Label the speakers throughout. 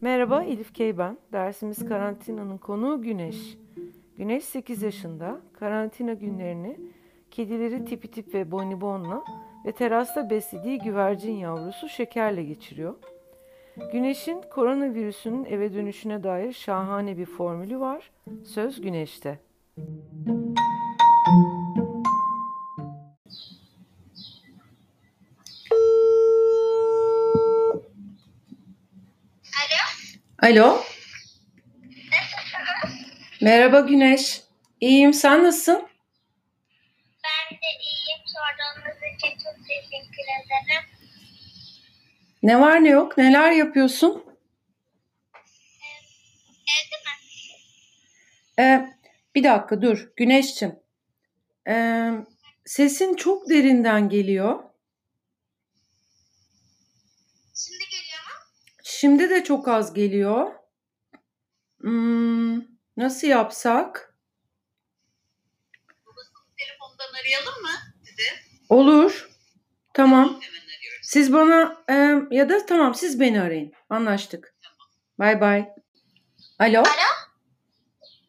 Speaker 1: Merhaba Elif Key ben. Dersimiz karantinanın konuğu Güneş. Güneş 8 yaşında. Karantina günlerini kedileri Tipi Tip ve Bonibon'la ve terasta beslediği güvercin yavrusu Şeker'le geçiriyor. Güneş'in koronavirüsünün eve dönüşüne dair şahane bir formülü var. Söz Güneş'te.
Speaker 2: Alo,
Speaker 1: Alo.
Speaker 2: nasılsınız?
Speaker 1: Merhaba Güneş. İyiyim sen nasılsın?
Speaker 2: Ben de iyiyim. Sorduğunuz için çok teşekkür ederim.
Speaker 1: Ne var ne yok neler yapıyorsun?
Speaker 2: Ee, Evde mi?
Speaker 1: Ee, bir dakika dur Güneş'cim. Ee, sesin çok derinden geliyor.
Speaker 2: Şimdi geliyor mu?
Speaker 1: Şimdi de çok az geliyor. Hmm, nasıl yapsak?
Speaker 3: Babasının telefondan arayalım mı sizi?
Speaker 1: Olur. Tamam.
Speaker 3: Hemen arıyoruz.
Speaker 1: Siz bana e, ya da tamam siz beni arayın. Anlaştık. Bay bay. Alo.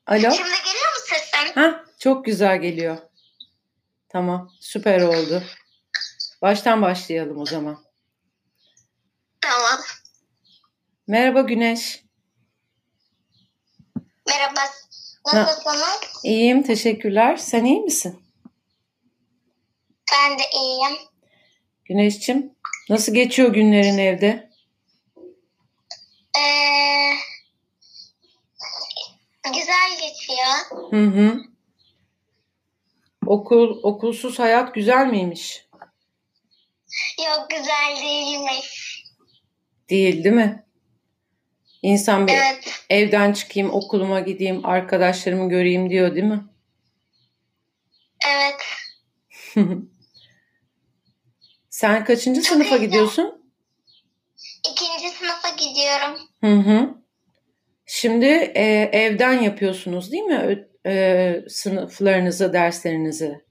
Speaker 1: Alo.
Speaker 2: Şimdi geliyor mu sesim?
Speaker 1: Ha, çok güzel geliyor. Tamam, süper oldu. Baştan başlayalım o zaman.
Speaker 2: Tamam.
Speaker 1: Merhaba Güneş.
Speaker 2: Merhaba. Nasılsınız?
Speaker 1: İyiyim, teşekkürler. Sen iyi misin?
Speaker 2: Ben de iyiyim.
Speaker 1: Güneşçim, nasıl geçiyor günlerin evde?
Speaker 2: Ee, güzel geçiyor.
Speaker 1: Hı hı. Okul, okulsuz hayat güzel miymiş?
Speaker 2: Yok güzel değilmiş.
Speaker 1: Değil, değil mi? İnsan bir
Speaker 2: Evet.
Speaker 1: evden çıkayım, okuluma gideyim, arkadaşlarımı göreyim diyor, değil mi?
Speaker 2: Evet.
Speaker 1: Sen kaçıncı sınıfa
Speaker 2: güzel.
Speaker 1: gidiyorsun?
Speaker 2: İkinci sınıfa gidiyorum.
Speaker 1: Hı hı. Şimdi e, evden yapıyorsunuz değil mi Ö- e, sınıflarınızı, derslerinizi?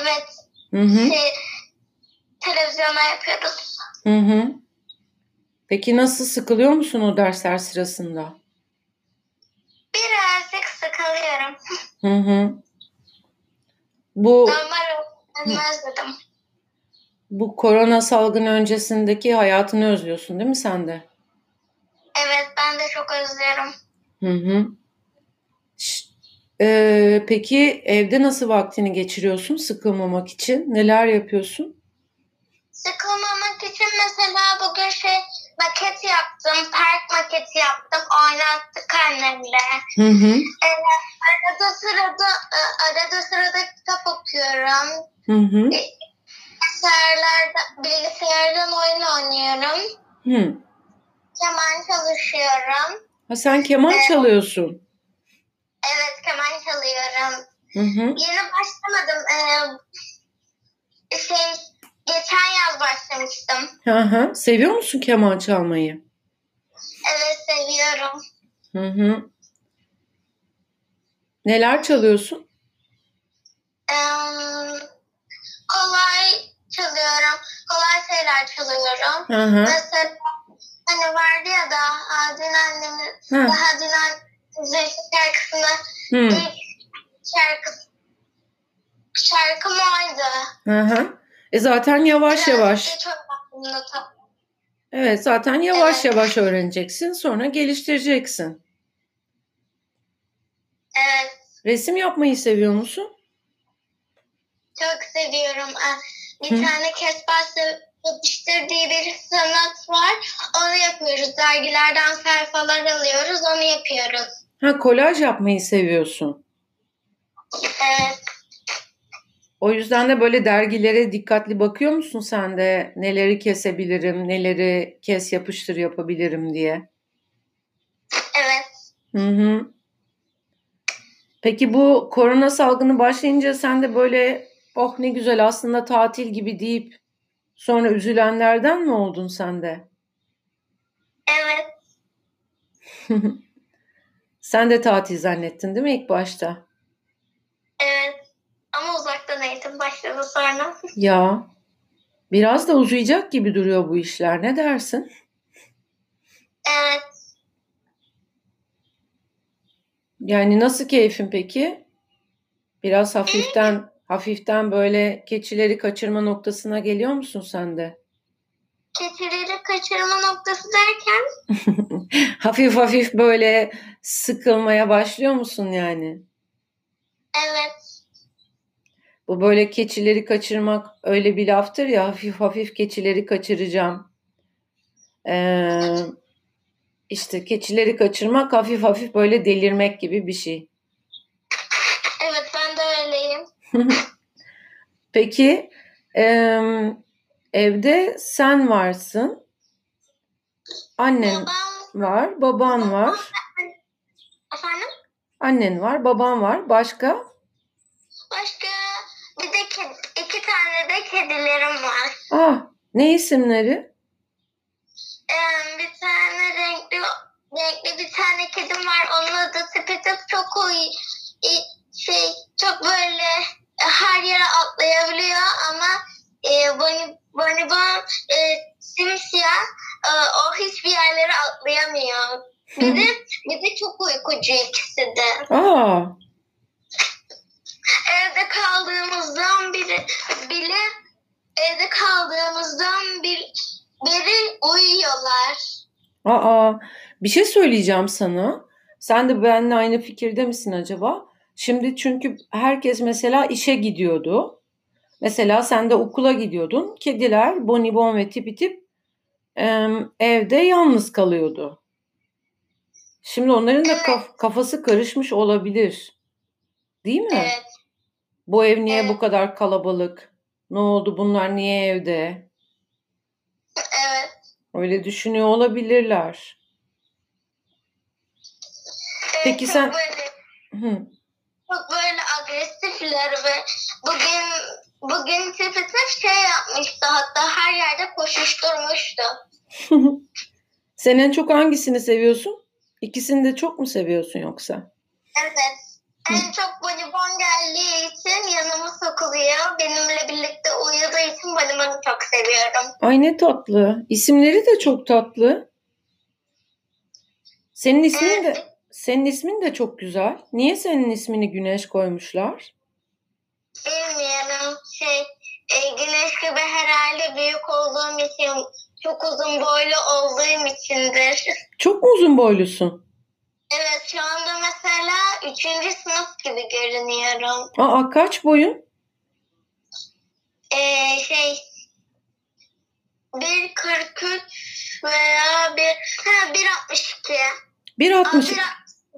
Speaker 2: Evet.
Speaker 1: Hı hı.
Speaker 2: Şey, televizyona yapıyoruz.
Speaker 1: Hı hı. Peki nasıl sıkılıyor musun o dersler sırasında?
Speaker 2: Birazcık sıkılıyorum.
Speaker 1: Hı hı. Bu
Speaker 2: Normal olmaz dedim.
Speaker 1: bu korona salgını öncesindeki hayatını özlüyorsun değil mi sen de?
Speaker 2: Evet ben de çok özlüyorum.
Speaker 1: Hı hı. Ş- e, peki evde nasıl vaktini geçiriyorsun sıkılmamak için? Neler yapıyorsun?
Speaker 2: Sıkılmamak için mesela bugün şey maket yaptım. Park maketi yaptım. Oynattık annemle.
Speaker 1: Hı hı.
Speaker 2: Arada sırada e, arada sırada kitap okuyorum.
Speaker 1: Hı hı.
Speaker 2: Bilgisayarlarda, bilgisayardan oyun oynuyorum.
Speaker 1: Hı.
Speaker 2: Keman çalışıyorum.
Speaker 1: Ha sen keman
Speaker 2: Evet.
Speaker 1: çalıyorsun.
Speaker 2: Evet keman çalıyorum.
Speaker 1: Hı hı.
Speaker 2: Yeni başlamadım. Ee, şey geçen yaz başlamıştım.
Speaker 1: Hı hı. Seviyor musun keman çalmayı?
Speaker 2: Evet seviyorum.
Speaker 1: Hı hı. Neler çalıyorsun?
Speaker 2: Eee, kolay çalıyorum. Kolay şeyler çalıyorum.
Speaker 1: Hı hı.
Speaker 2: Mesela hani vardı ya da aa, dün annemin
Speaker 1: Hı.
Speaker 2: daha dün annemin şarkısında
Speaker 1: Hı.
Speaker 2: ilk şarkı şarkım oydu.
Speaker 1: Hı hı. E zaten yavaş
Speaker 2: Biraz
Speaker 1: yavaş.
Speaker 2: Geç öğrendim notu.
Speaker 1: Evet zaten yavaş
Speaker 2: Evet.
Speaker 1: yavaş öğreneceksin. Sonra geliştireceksin.
Speaker 2: Evet.
Speaker 1: Resim yapmayı seviyor musun?
Speaker 2: Çok seviyorum. Aa, Bir tane kesbası yapıştır diye bir sanat var. Onu yapıyoruz. Dergilerden sayfalar alıyoruz. Onu yapıyoruz.
Speaker 1: Ha kolaj yapmayı seviyorsun.
Speaker 2: Evet.
Speaker 1: O yüzden de böyle dergilere dikkatli bakıyor musun sen de? Neleri kesebilirim, neleri kes yapıştır yapabilirim diye.
Speaker 2: Evet.
Speaker 1: Hı hı. Peki bu korona salgını başlayınca sen de böyle oh ne güzel aslında tatil gibi deyip sonra üzülenlerden mi oldun sen de?
Speaker 2: Evet.
Speaker 1: Sen de tatil zannettin değil mi ilk başta?
Speaker 2: Evet. Ama uzaktan eğitim başladı sonra.
Speaker 1: Ya biraz da uzayacak gibi duruyor bu işler ne dersin?
Speaker 2: Evet.
Speaker 1: Yani nasıl keyfin peki? Biraz hafiften hafiften böyle keçileri kaçırma noktasına geliyor musun sen de?
Speaker 2: Keçileri kaçırma noktası derken
Speaker 1: Hafif hafif böyle sıkılmaya başlıyor musun yani?
Speaker 2: evet
Speaker 1: Bu böyle keçileri kaçırmak öyle bir laftır ya hafif hafif keçileri kaçıracağım. Ee, işte keçileri kaçırmak hafif hafif böyle delirmek gibi bir şey.
Speaker 2: evet ben de öyleyim.
Speaker 1: Peki em, evde sen varsın, annen
Speaker 2: Babam
Speaker 1: var, baban var,
Speaker 2: efendim
Speaker 1: annen var, baban var. Başka?
Speaker 2: başka bir de ked- iki tane de kedilerim var.
Speaker 1: Ah, ne isimleri?
Speaker 2: Ee, bir tane renkli renkli bir tane kedim var. Onun adı Spitip çok uy i- şey çok böyle e, her yere atlayabiliyor ama e, Bonnie Bonnie Bon, e, simsiyah E, o hiçbir yerlere atlayamıyor. Bir de, bir de çok uykucu ikisi de.
Speaker 1: Aa,
Speaker 2: evde kaldığımızdan beri bile evde kaldığımızdan bir beri uyuyorlar.
Speaker 1: aa. Bir şey söyleyeceğim sana. Sen de benimle aynı fikirde misin acaba? Şimdi çünkü herkes mesela işe gidiyordu. Mesela sen de okula gidiyordun. Kediler, bonibon ve tipi tip em, evde yalnız kalıyordu. Şimdi onların da kaf- kafası karışmış olabilir. Değil mi?
Speaker 2: Evet.
Speaker 1: Bu ev niye bu
Speaker 2: Evet.
Speaker 1: kadar kalabalık? Ne oldu bunlar niye evde?
Speaker 2: Evet.
Speaker 1: Öyle düşünüyor olabilirler.
Speaker 2: Evet,
Speaker 1: Peki
Speaker 2: çok
Speaker 1: sen-
Speaker 2: böyle,
Speaker 1: Hı.
Speaker 2: çok böyle agresifler ve bugün bugün tipisi şey yapmıştı hatta her yerde koşuşturmuştu.
Speaker 1: Sen en çok hangisini seviyorsun? İkisini de çok mu seviyorsun yoksa?
Speaker 2: Evet. En çok bonibon geldiği için yanıma sokuluyor. Benimle birlikte uyuduğu için bonibonu çok seviyorum.
Speaker 1: Ay ne tatlı. İsimleri de çok tatlı. Senin ismin de senin ismin de çok güzel. Niye senin ismini Güneş koymuşlar?
Speaker 2: Bilmiyorum şey e, güneş gibi herhalde büyük olduğum için çok uzun boylu olduğum içindir.
Speaker 1: Çok mu uzun boylusun?
Speaker 2: Evet şu anda mesela 3. sınıf gibi görünüyorum.
Speaker 1: Aa kaç boyun?
Speaker 2: E, şey 1.43 veya 1, ha, 1.62. Aa,
Speaker 1: 1.60.
Speaker 2: 1.62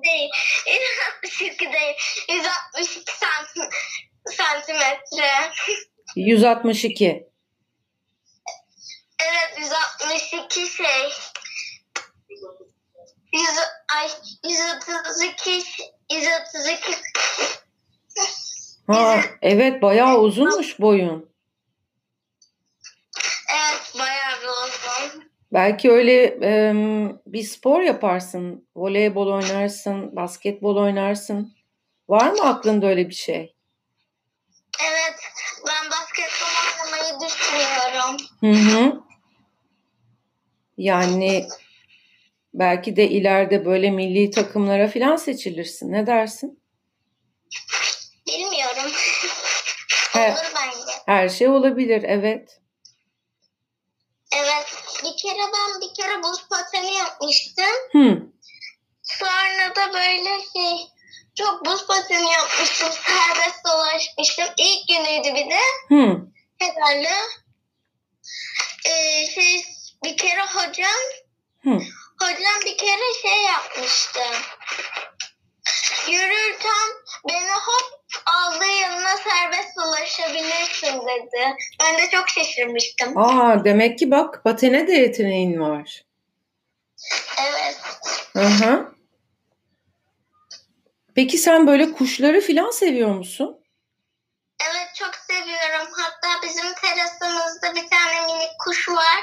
Speaker 2: değil. 1.62 değil. 162 santim, santimetre.
Speaker 1: 162.
Speaker 2: Evet 162 şey. 100, ay 132 132
Speaker 1: Ha evet bayağı uzunmuş boyun.
Speaker 2: evet bayağı bir uzun.
Speaker 1: Belki öyle em, bir spor yaparsın. Voleybol oynarsın, basketbol oynarsın. Var mı aklında öyle bir şey?
Speaker 2: Evet ben basketbol oynamayı düşünüyorum.
Speaker 1: Hı hı. Yani belki de ileride böyle milli takımlara falan seçilirsin. Ne dersin?
Speaker 2: Bilmiyorum.
Speaker 1: Evet.
Speaker 2: Olur bence.
Speaker 1: Her şey olabilir, evet.
Speaker 2: Evet. Bir kere ben bir kere buz pateni yapmıştım.
Speaker 1: Hı.
Speaker 2: Sonra da böyle şey çok buz pateni yapmıştım. Serbest dolaşmıştım. İlk günüydü bir de.
Speaker 1: Hı.
Speaker 2: Herhalde eee, şey, bir kere hocam
Speaker 1: Hı.
Speaker 2: hocam bir kere şey yapmıştı. Yürürken beni hop aldığı yanına serbest dolaşabilirsin dedi. Ben de çok şaşırmıştım.
Speaker 1: Aa, demek ki bak patene de yeteneğin var.
Speaker 2: Evet.
Speaker 1: Hı hı. Peki sen böyle kuşları falan seviyor musun?
Speaker 2: Evet çok seviyorum. Hatta bizim terasımızda bir tane minik kuş var.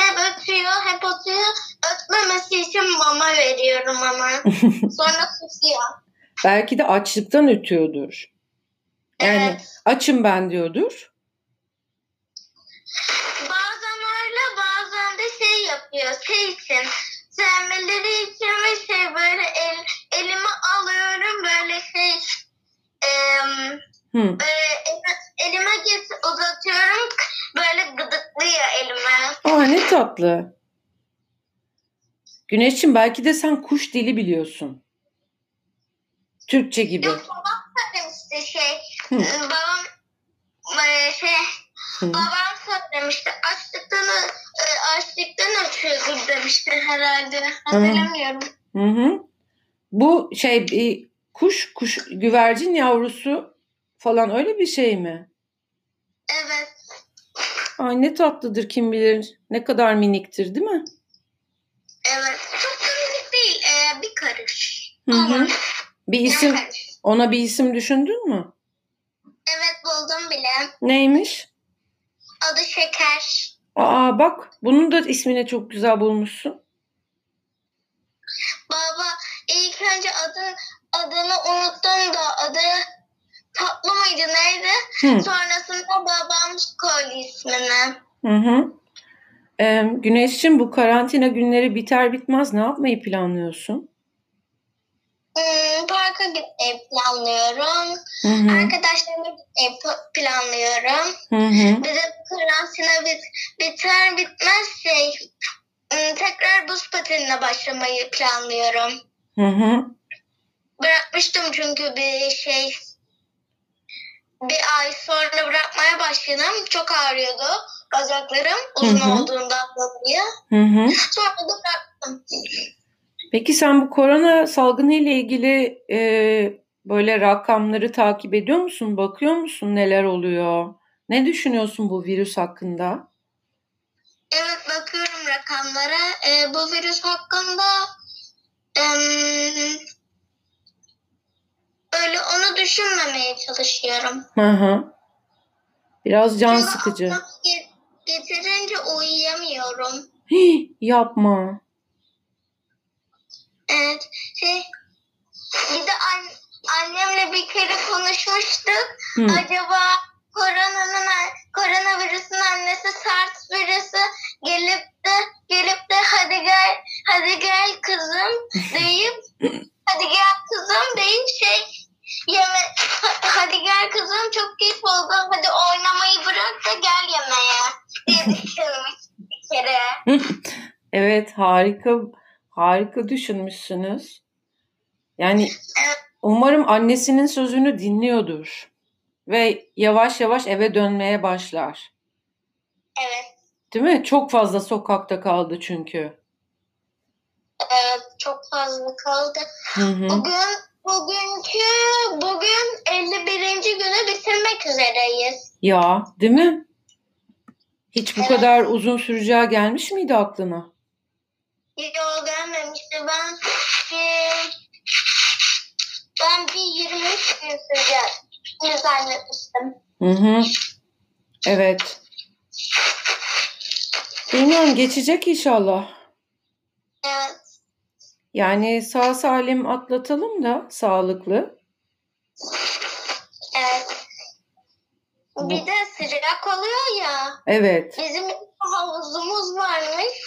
Speaker 2: Hep ötüyor, hep ötüyor. Ötmemesi için mama veriyorum ama. Sonra susuyor.
Speaker 1: Belki de açlıktan ötüyordur. Yani
Speaker 2: Evet.
Speaker 1: açım ben diyordur.
Speaker 2: Bazen öyle bazen de şey yapıyor. Şey için. Sevmeleri için ve şey böyle el, elimi alıyorum
Speaker 1: Aa ne tatlı. Güneşçim belki de sen kuş dili biliyorsun. Türkçe gibi.
Speaker 2: Yok babam söylemişti şey.
Speaker 1: Hı.
Speaker 2: e, Babam e, şey
Speaker 1: Hı.
Speaker 2: babam söylemişti. Açlıktan ö- e, açlıktan açıyordur demişti herhalde. Hatırlamıyorum.
Speaker 1: Hı hı. Bu şey bir kuş kuş güvercin yavrusu falan öyle bir şey mi?
Speaker 2: Evet.
Speaker 1: Ay ne tatlıdır kim bilir. Ne kadar miniktir değil mi?
Speaker 2: Evet. Çok da minik değil. e, bir karış.
Speaker 1: Hı hı.
Speaker 2: Ama
Speaker 1: Bir
Speaker 2: bir
Speaker 1: isim
Speaker 2: karış.
Speaker 1: ona bir isim düşündün mü?
Speaker 2: Evet buldum bile.
Speaker 1: Neymiş?
Speaker 2: Adı Şeker.
Speaker 1: Aa bak bunun da ismini çok güzel bulmuşsun.
Speaker 2: Baba ilk önce adı adını unuttum da adı tatlı mıydı neydi?
Speaker 1: Hı.
Speaker 2: Sonrasında babam koydu ismini.
Speaker 1: Hı hı. Ee, Güneş'cim bu karantina günleri biter bitmez ne yapmayı planlıyorsun?
Speaker 2: Hmm, parka gitmeyi planlıyorum.
Speaker 1: Hı hı.
Speaker 2: Arkadaşlarımla gitmeyi pl- planlıyorum.
Speaker 1: Hı hı.
Speaker 2: Bir de bu karantina bit biter bitmez şey hmm, tekrar buz patenine başlamayı planlıyorum.
Speaker 1: Hı hı.
Speaker 2: Bırakmıştım çünkü bir şey bir ay sonra bırakmaya başladım. Çok ağrıyordu bacaklarım uzun
Speaker 1: Hı hı.
Speaker 2: olduğundan dolayı.
Speaker 1: Hı hı.
Speaker 2: Sonra da bıraktım.
Speaker 1: Peki sen bu korona salgını ile ilgili e, böyle rakamları takip ediyor musun? Bakıyor musun neler oluyor? Ne düşünüyorsun bu virüs hakkında?
Speaker 2: Evet bakıyorum rakamlara. Ee, bu virüs hakkında em, öyle onu düşünmemeye çalışıyorum.
Speaker 1: Hı hı. Biraz can
Speaker 2: Çünkü
Speaker 1: sıkıcı.
Speaker 2: aklıma ge- Getirince uyuyamıyorum.
Speaker 1: Hii, yapma.
Speaker 2: Evet. Şey, bir de an- annemle bir kere konuşmuştuk.
Speaker 1: Hı.
Speaker 2: Acaba koronanın koronavirüsün annesi SARS virüsü gelip de gelip de hadi gel hadi gel kızım deyip hadi gel kızım deyip şey yeme ha- hadi gel kızım çok keyif oldu hadi oynamayı bırak da gel yemeğe diye düşünmüş bir kere.
Speaker 1: Evet harika harika düşünmüşsünüz. Yani umarım annesinin sözünü dinliyordur ve yavaş yavaş eve dönmeye başlar.
Speaker 2: Evet.
Speaker 1: Değil mi? Çok fazla sokakta kaldı çünkü.
Speaker 2: Evet çok fazla kaldı.
Speaker 1: Hı hı.
Speaker 2: Bugün bugünkü bugün 51. günü bitirmek üzereyiz.
Speaker 1: Ya, değil mi? Hiç bu
Speaker 2: Evet.
Speaker 1: kadar uzun süreceği gelmiş miydi aklına?
Speaker 2: Yok gelmemişti. Ben bir, ben bir 23 gün süreceğim. zannetmiştim.
Speaker 1: Hı hı. Evet. Bilmiyorum geçecek inşallah.
Speaker 2: Evet.
Speaker 1: Yani sağ salim atlatalım da sağlıklı.
Speaker 2: evet. Bir de sıcak oluyor ya.
Speaker 1: Evet.
Speaker 2: Bizim havuzumuz varmış.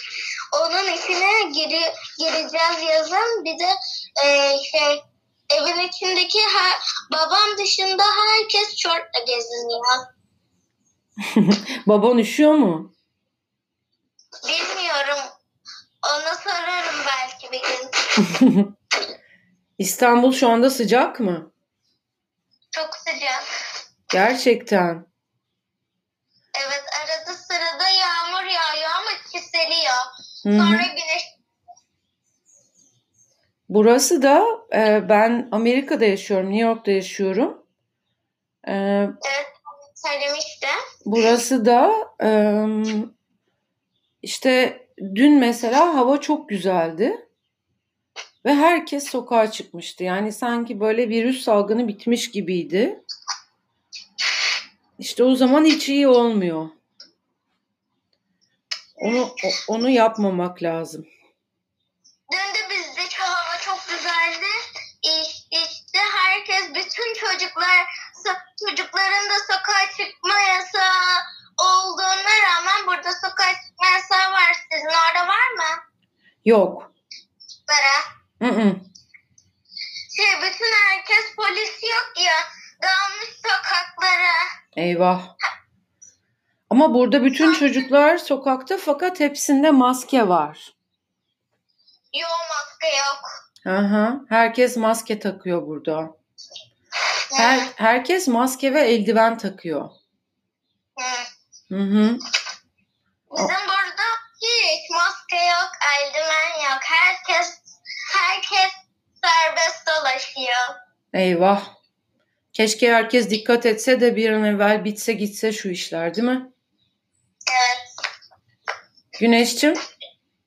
Speaker 2: Onun içine giri, gireceğiz yazın. Bir de e, şey evin içindeki her, babam dışında herkes şortla geziniyor.
Speaker 1: Baban üşüyor mu?
Speaker 2: Bilmiyorum. Ona sorarım belki bir gün.
Speaker 1: İstanbul şu anda sıcak mı?
Speaker 2: Çok sıcak.
Speaker 1: Gerçekten.
Speaker 2: Evet arada sırada yağmur yağıyor ama çiseliyor.
Speaker 1: Hı hı.
Speaker 2: Sonra güneş
Speaker 1: Burası da e, ben Amerika'da yaşıyorum, New York'ta yaşıyorum. E,
Speaker 2: söylemişti.
Speaker 1: Burası da em, işte dün mesela hava çok güzeldi ve herkes sokağa çıkmıştı. Yani sanki böyle virüs salgını bitmiş gibiydi. İşte o zaman hiç iyi olmuyor. Onu o- onu yapmamak lazım.
Speaker 2: Dün de bizdeki hava çok güzeldi. İş- İşte herkes bütün çocuklar so- çocukların da sokağa çıkma yasağı olduğuna rağmen burada sokağa çıkma yasağı var. Sizin orada var mı?
Speaker 1: Yok.
Speaker 2: Bera.
Speaker 1: Mm-mm.
Speaker 2: Şey bütün herkes polis yok ya. Dağılmış sokaklara.
Speaker 1: Eyvah. Ama burada bütün çocuklar sokakta fakat hepsinde maske var.
Speaker 2: Yok maske yok.
Speaker 1: Aha, herkes maske takıyor burada. Her, herkes maske ve eldiven takıyor.
Speaker 2: Hı.
Speaker 1: Hı hı.
Speaker 2: Bizim burada hiç maske yok, eldiven yok. Herkes herkes serbest dolaşıyor.
Speaker 1: Eyvah. Keşke herkes dikkat etse de bir an evvel bitse gitse şu işler değil mi?
Speaker 2: Evet.
Speaker 1: Güneşçim,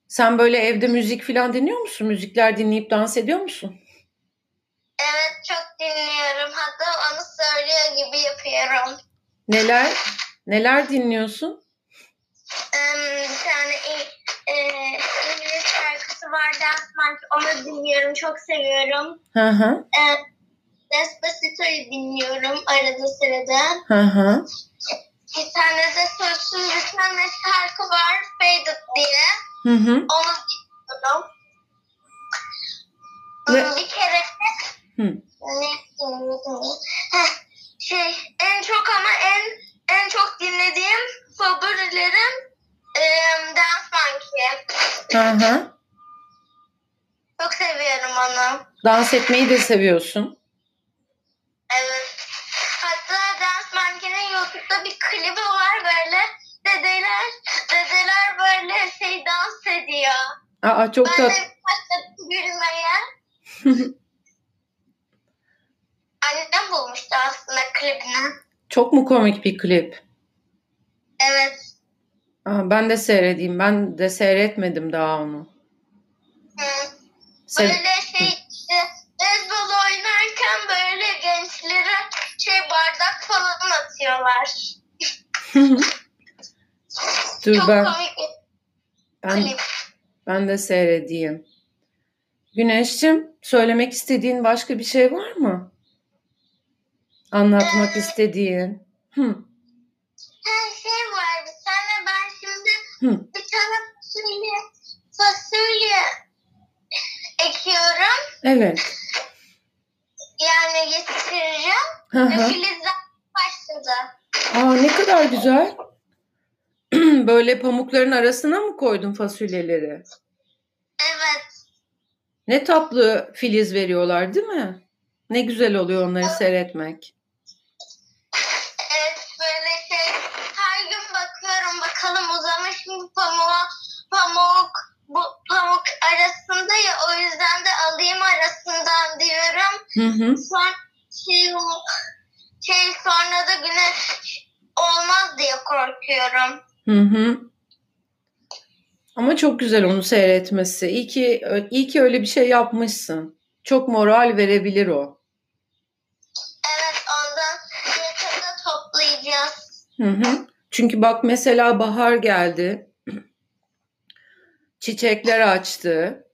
Speaker 1: sen böyle evde müzik falan dinliyor musun? Müzikler dinleyip dans ediyor musun?
Speaker 2: Evet çok dinliyorum. Hatta onu söylüyor gibi yapıyorum.
Speaker 1: Neler? Neler dinliyorsun?
Speaker 2: Eee, bir tane İ- eee, İngiliz şarkısı var Dance Monkey. Onu dinliyorum. Çok seviyorum.
Speaker 1: Hı hı.
Speaker 2: Eee, Despacito'yu dinliyorum arada sırada.
Speaker 1: Hı hı.
Speaker 2: Bir tane de Sözsüz bir tane şarkı var Faded diye.
Speaker 1: Hı hı.
Speaker 2: Onu dinliyorum.
Speaker 1: Ve-
Speaker 2: Bir kere
Speaker 1: Hı.
Speaker 2: ne dinledim? Heh, şey en çok ama en en çok dinlediğim favorilerim eee Dance Monkey.
Speaker 1: Hı hı.
Speaker 2: Çok seviyorum onu.
Speaker 1: Dans etmeyi de seviyorsun.
Speaker 2: Evet. Hatta Dance Monkey'nin YouTube'da bir klibi var böyle dedeler dedeler böyle şey dans ediyor.
Speaker 1: Aa çok
Speaker 2: Ben de
Speaker 1: tat.
Speaker 2: başladım gülmeye. Annem bulmuştu aslında klibini.
Speaker 1: Çok mu komik bir klip?
Speaker 2: Evet.
Speaker 1: Aa, ben de seyredeyim. Ben de seyretmedim daha onu.
Speaker 2: Hı.
Speaker 1: Se-
Speaker 2: Böyle şey işte beyzbol oynarken böyle gençlere şey bardak falan atıyorlar.
Speaker 1: Dur
Speaker 2: Çok
Speaker 1: ben,
Speaker 2: komik bir
Speaker 1: ben,
Speaker 2: klip.
Speaker 1: ben de seyredeyim. Güneş'cim söylemek istediğin başka bir şey var mı? Anlatmak istediğin. Hı.
Speaker 2: Her şey var bir tane ben şimdi
Speaker 1: Hı.
Speaker 2: bir tane fasulye fasulye ekiyorum.
Speaker 1: Evet.
Speaker 2: Yani yetiştireceğim.
Speaker 1: Hı
Speaker 2: Ve
Speaker 1: hı.
Speaker 2: filizler başladı.
Speaker 1: Aa ne kadar güzel. Böyle pamukların arasına mı koydun fasulyeleri?
Speaker 2: Evet.
Speaker 1: Ne tatlı filiz veriyorlar değil mi? Ne güzel oluyor onları seyretmek.
Speaker 2: Evet böyle şey her gün bakıyorum bakalım uzamış mı pamuğa pamuk bu pamuk arasında ya o yüzden de alayım arasından diyorum.
Speaker 1: Hı hı.
Speaker 2: Sonra şey, o- şey sonra da güneş olmaz diye korkuyorum.
Speaker 1: Hı hı. Ama çok güzel onu seyretmesi. İyi ki, iyi ki öyle bir şey yapmışsın. Çok moral verebilir o.
Speaker 2: Evet ondan yakında toplayacağız.
Speaker 1: Hı hı. Çünkü bak mesela bahar geldi. Çiçekler açtı.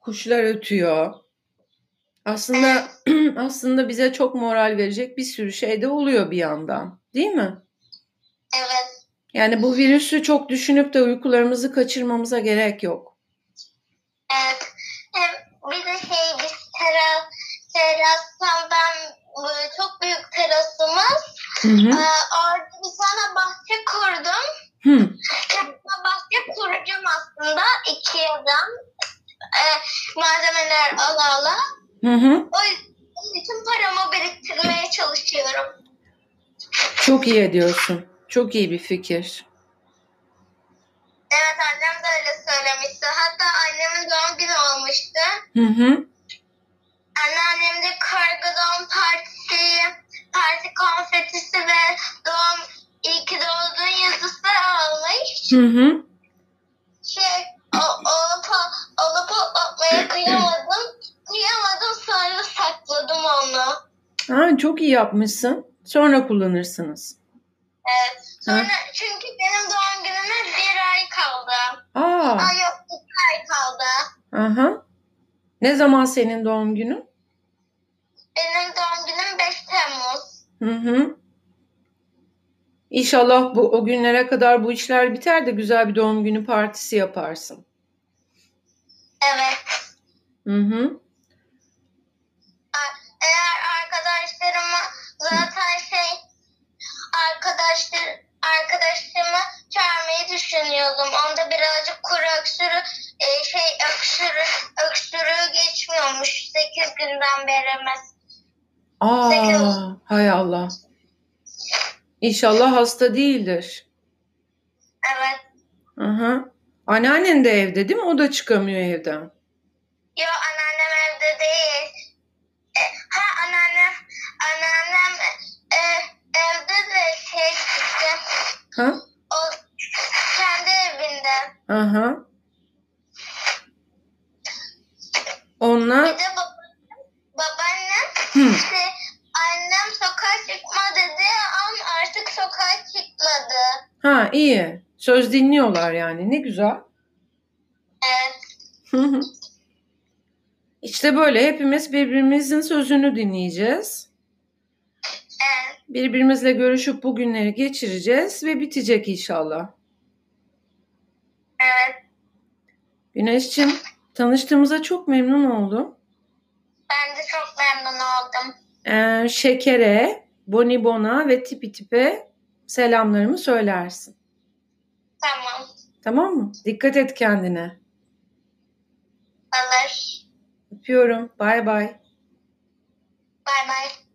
Speaker 1: Kuşlar ötüyor. Aslında aslında bize çok moral verecek bir sürü şey de oluyor bir yandan. Değil mi?
Speaker 2: Evet
Speaker 1: Yani bu virüsü çok düşünüp de uykularımızı kaçırmamıza gerek yok.
Speaker 2: evet. Hem bir de şey biz teras, terastan ben böyle çok büyük terasımı
Speaker 1: Hı hı.
Speaker 2: Ee, Orada bir tane bahçe kurdum.
Speaker 1: Hı.
Speaker 2: Kendime bahçe kuracağım aslında Ikea'dan. Ee, malzemeler ala ala.
Speaker 1: Hı hı.
Speaker 2: O yüzden bütün paramı biriktirmeye çalışıyorum.
Speaker 1: Çok iyi ediyorsun. Çok iyi bir fikir.
Speaker 2: Evet annem de öyle söylemişti. Hatta annemin doğum günü olmuştu.
Speaker 1: Hı hı.
Speaker 2: Anneannem de kargo doğum partisi, parti konfetisi ve doğum iyi ki doğdun yazısı almış.
Speaker 1: Hı hı.
Speaker 2: şey o, onu, pa, onu patlatmaya kıyamadım. Kıyamadım sonra sakladım onu.
Speaker 1: Ha, çok iyi yapmışsın. Sonra kullanırsınız.
Speaker 2: Evet. Sonra,
Speaker 1: Ha.
Speaker 2: çünkü benim doğum günüme bir ay kaldı.
Speaker 1: Aa.
Speaker 2: Ay yok iki ay kaldı.
Speaker 1: Aha. Ne zaman senin doğum günün?
Speaker 2: Benim doğum günüm 5 Temmuz.
Speaker 1: Hı hı. İnşallah bu o günlere kadar bu işler biter de güzel bir doğum günü partisi yaparsın.
Speaker 2: Evet.
Speaker 1: Hı hı.
Speaker 2: Eğer arkadaşlarıma zaten şey arkadaşlar arkadaşımı çağırmayı düşünüyordum. Onda birazcık kuru öksürü e, şey öksürü öksürüğü geçmiyormuş 8 günden beri mes-
Speaker 1: Aa,
Speaker 2: Sekiz.
Speaker 1: hay Allah. İnşallah hasta değildir.
Speaker 2: Evet.
Speaker 1: Aha. Anneannen de evde değil mi? O da çıkamıyor evden.
Speaker 2: Yo anneannem evde değil. E, ha anneannem anneannem e, evde de şey işte
Speaker 1: Ha?
Speaker 2: o kendi evinde.
Speaker 1: Aha. Onunla
Speaker 2: Bir de baba, babaannem
Speaker 1: Hı.
Speaker 2: işte annem sokağa çıkma dedi ama artık sokağa çıkmadı.
Speaker 1: ha iyi. Söz dinliyorlar yani. Ne güzel.
Speaker 2: Evet,
Speaker 1: işte böyle hepimiz birbirimizin sözünü dinleyeceğiz.
Speaker 2: evet,
Speaker 1: Birbirimizle görüşüp bu günleri geçireceğiz ve bitecek inşallah.
Speaker 2: evet.
Speaker 1: Güneşçim, tanıştığımıza çok memnun oldum.
Speaker 2: Ben de çok memnun oldum.
Speaker 1: Ee, şekere, bonibona ve tipi tipe selamlarımı söylersin.
Speaker 2: Tamam,
Speaker 1: Tamam mı? Dikkat et kendine.
Speaker 2: olur.
Speaker 1: Öpüyorum. Bay bay.
Speaker 2: Bay bay.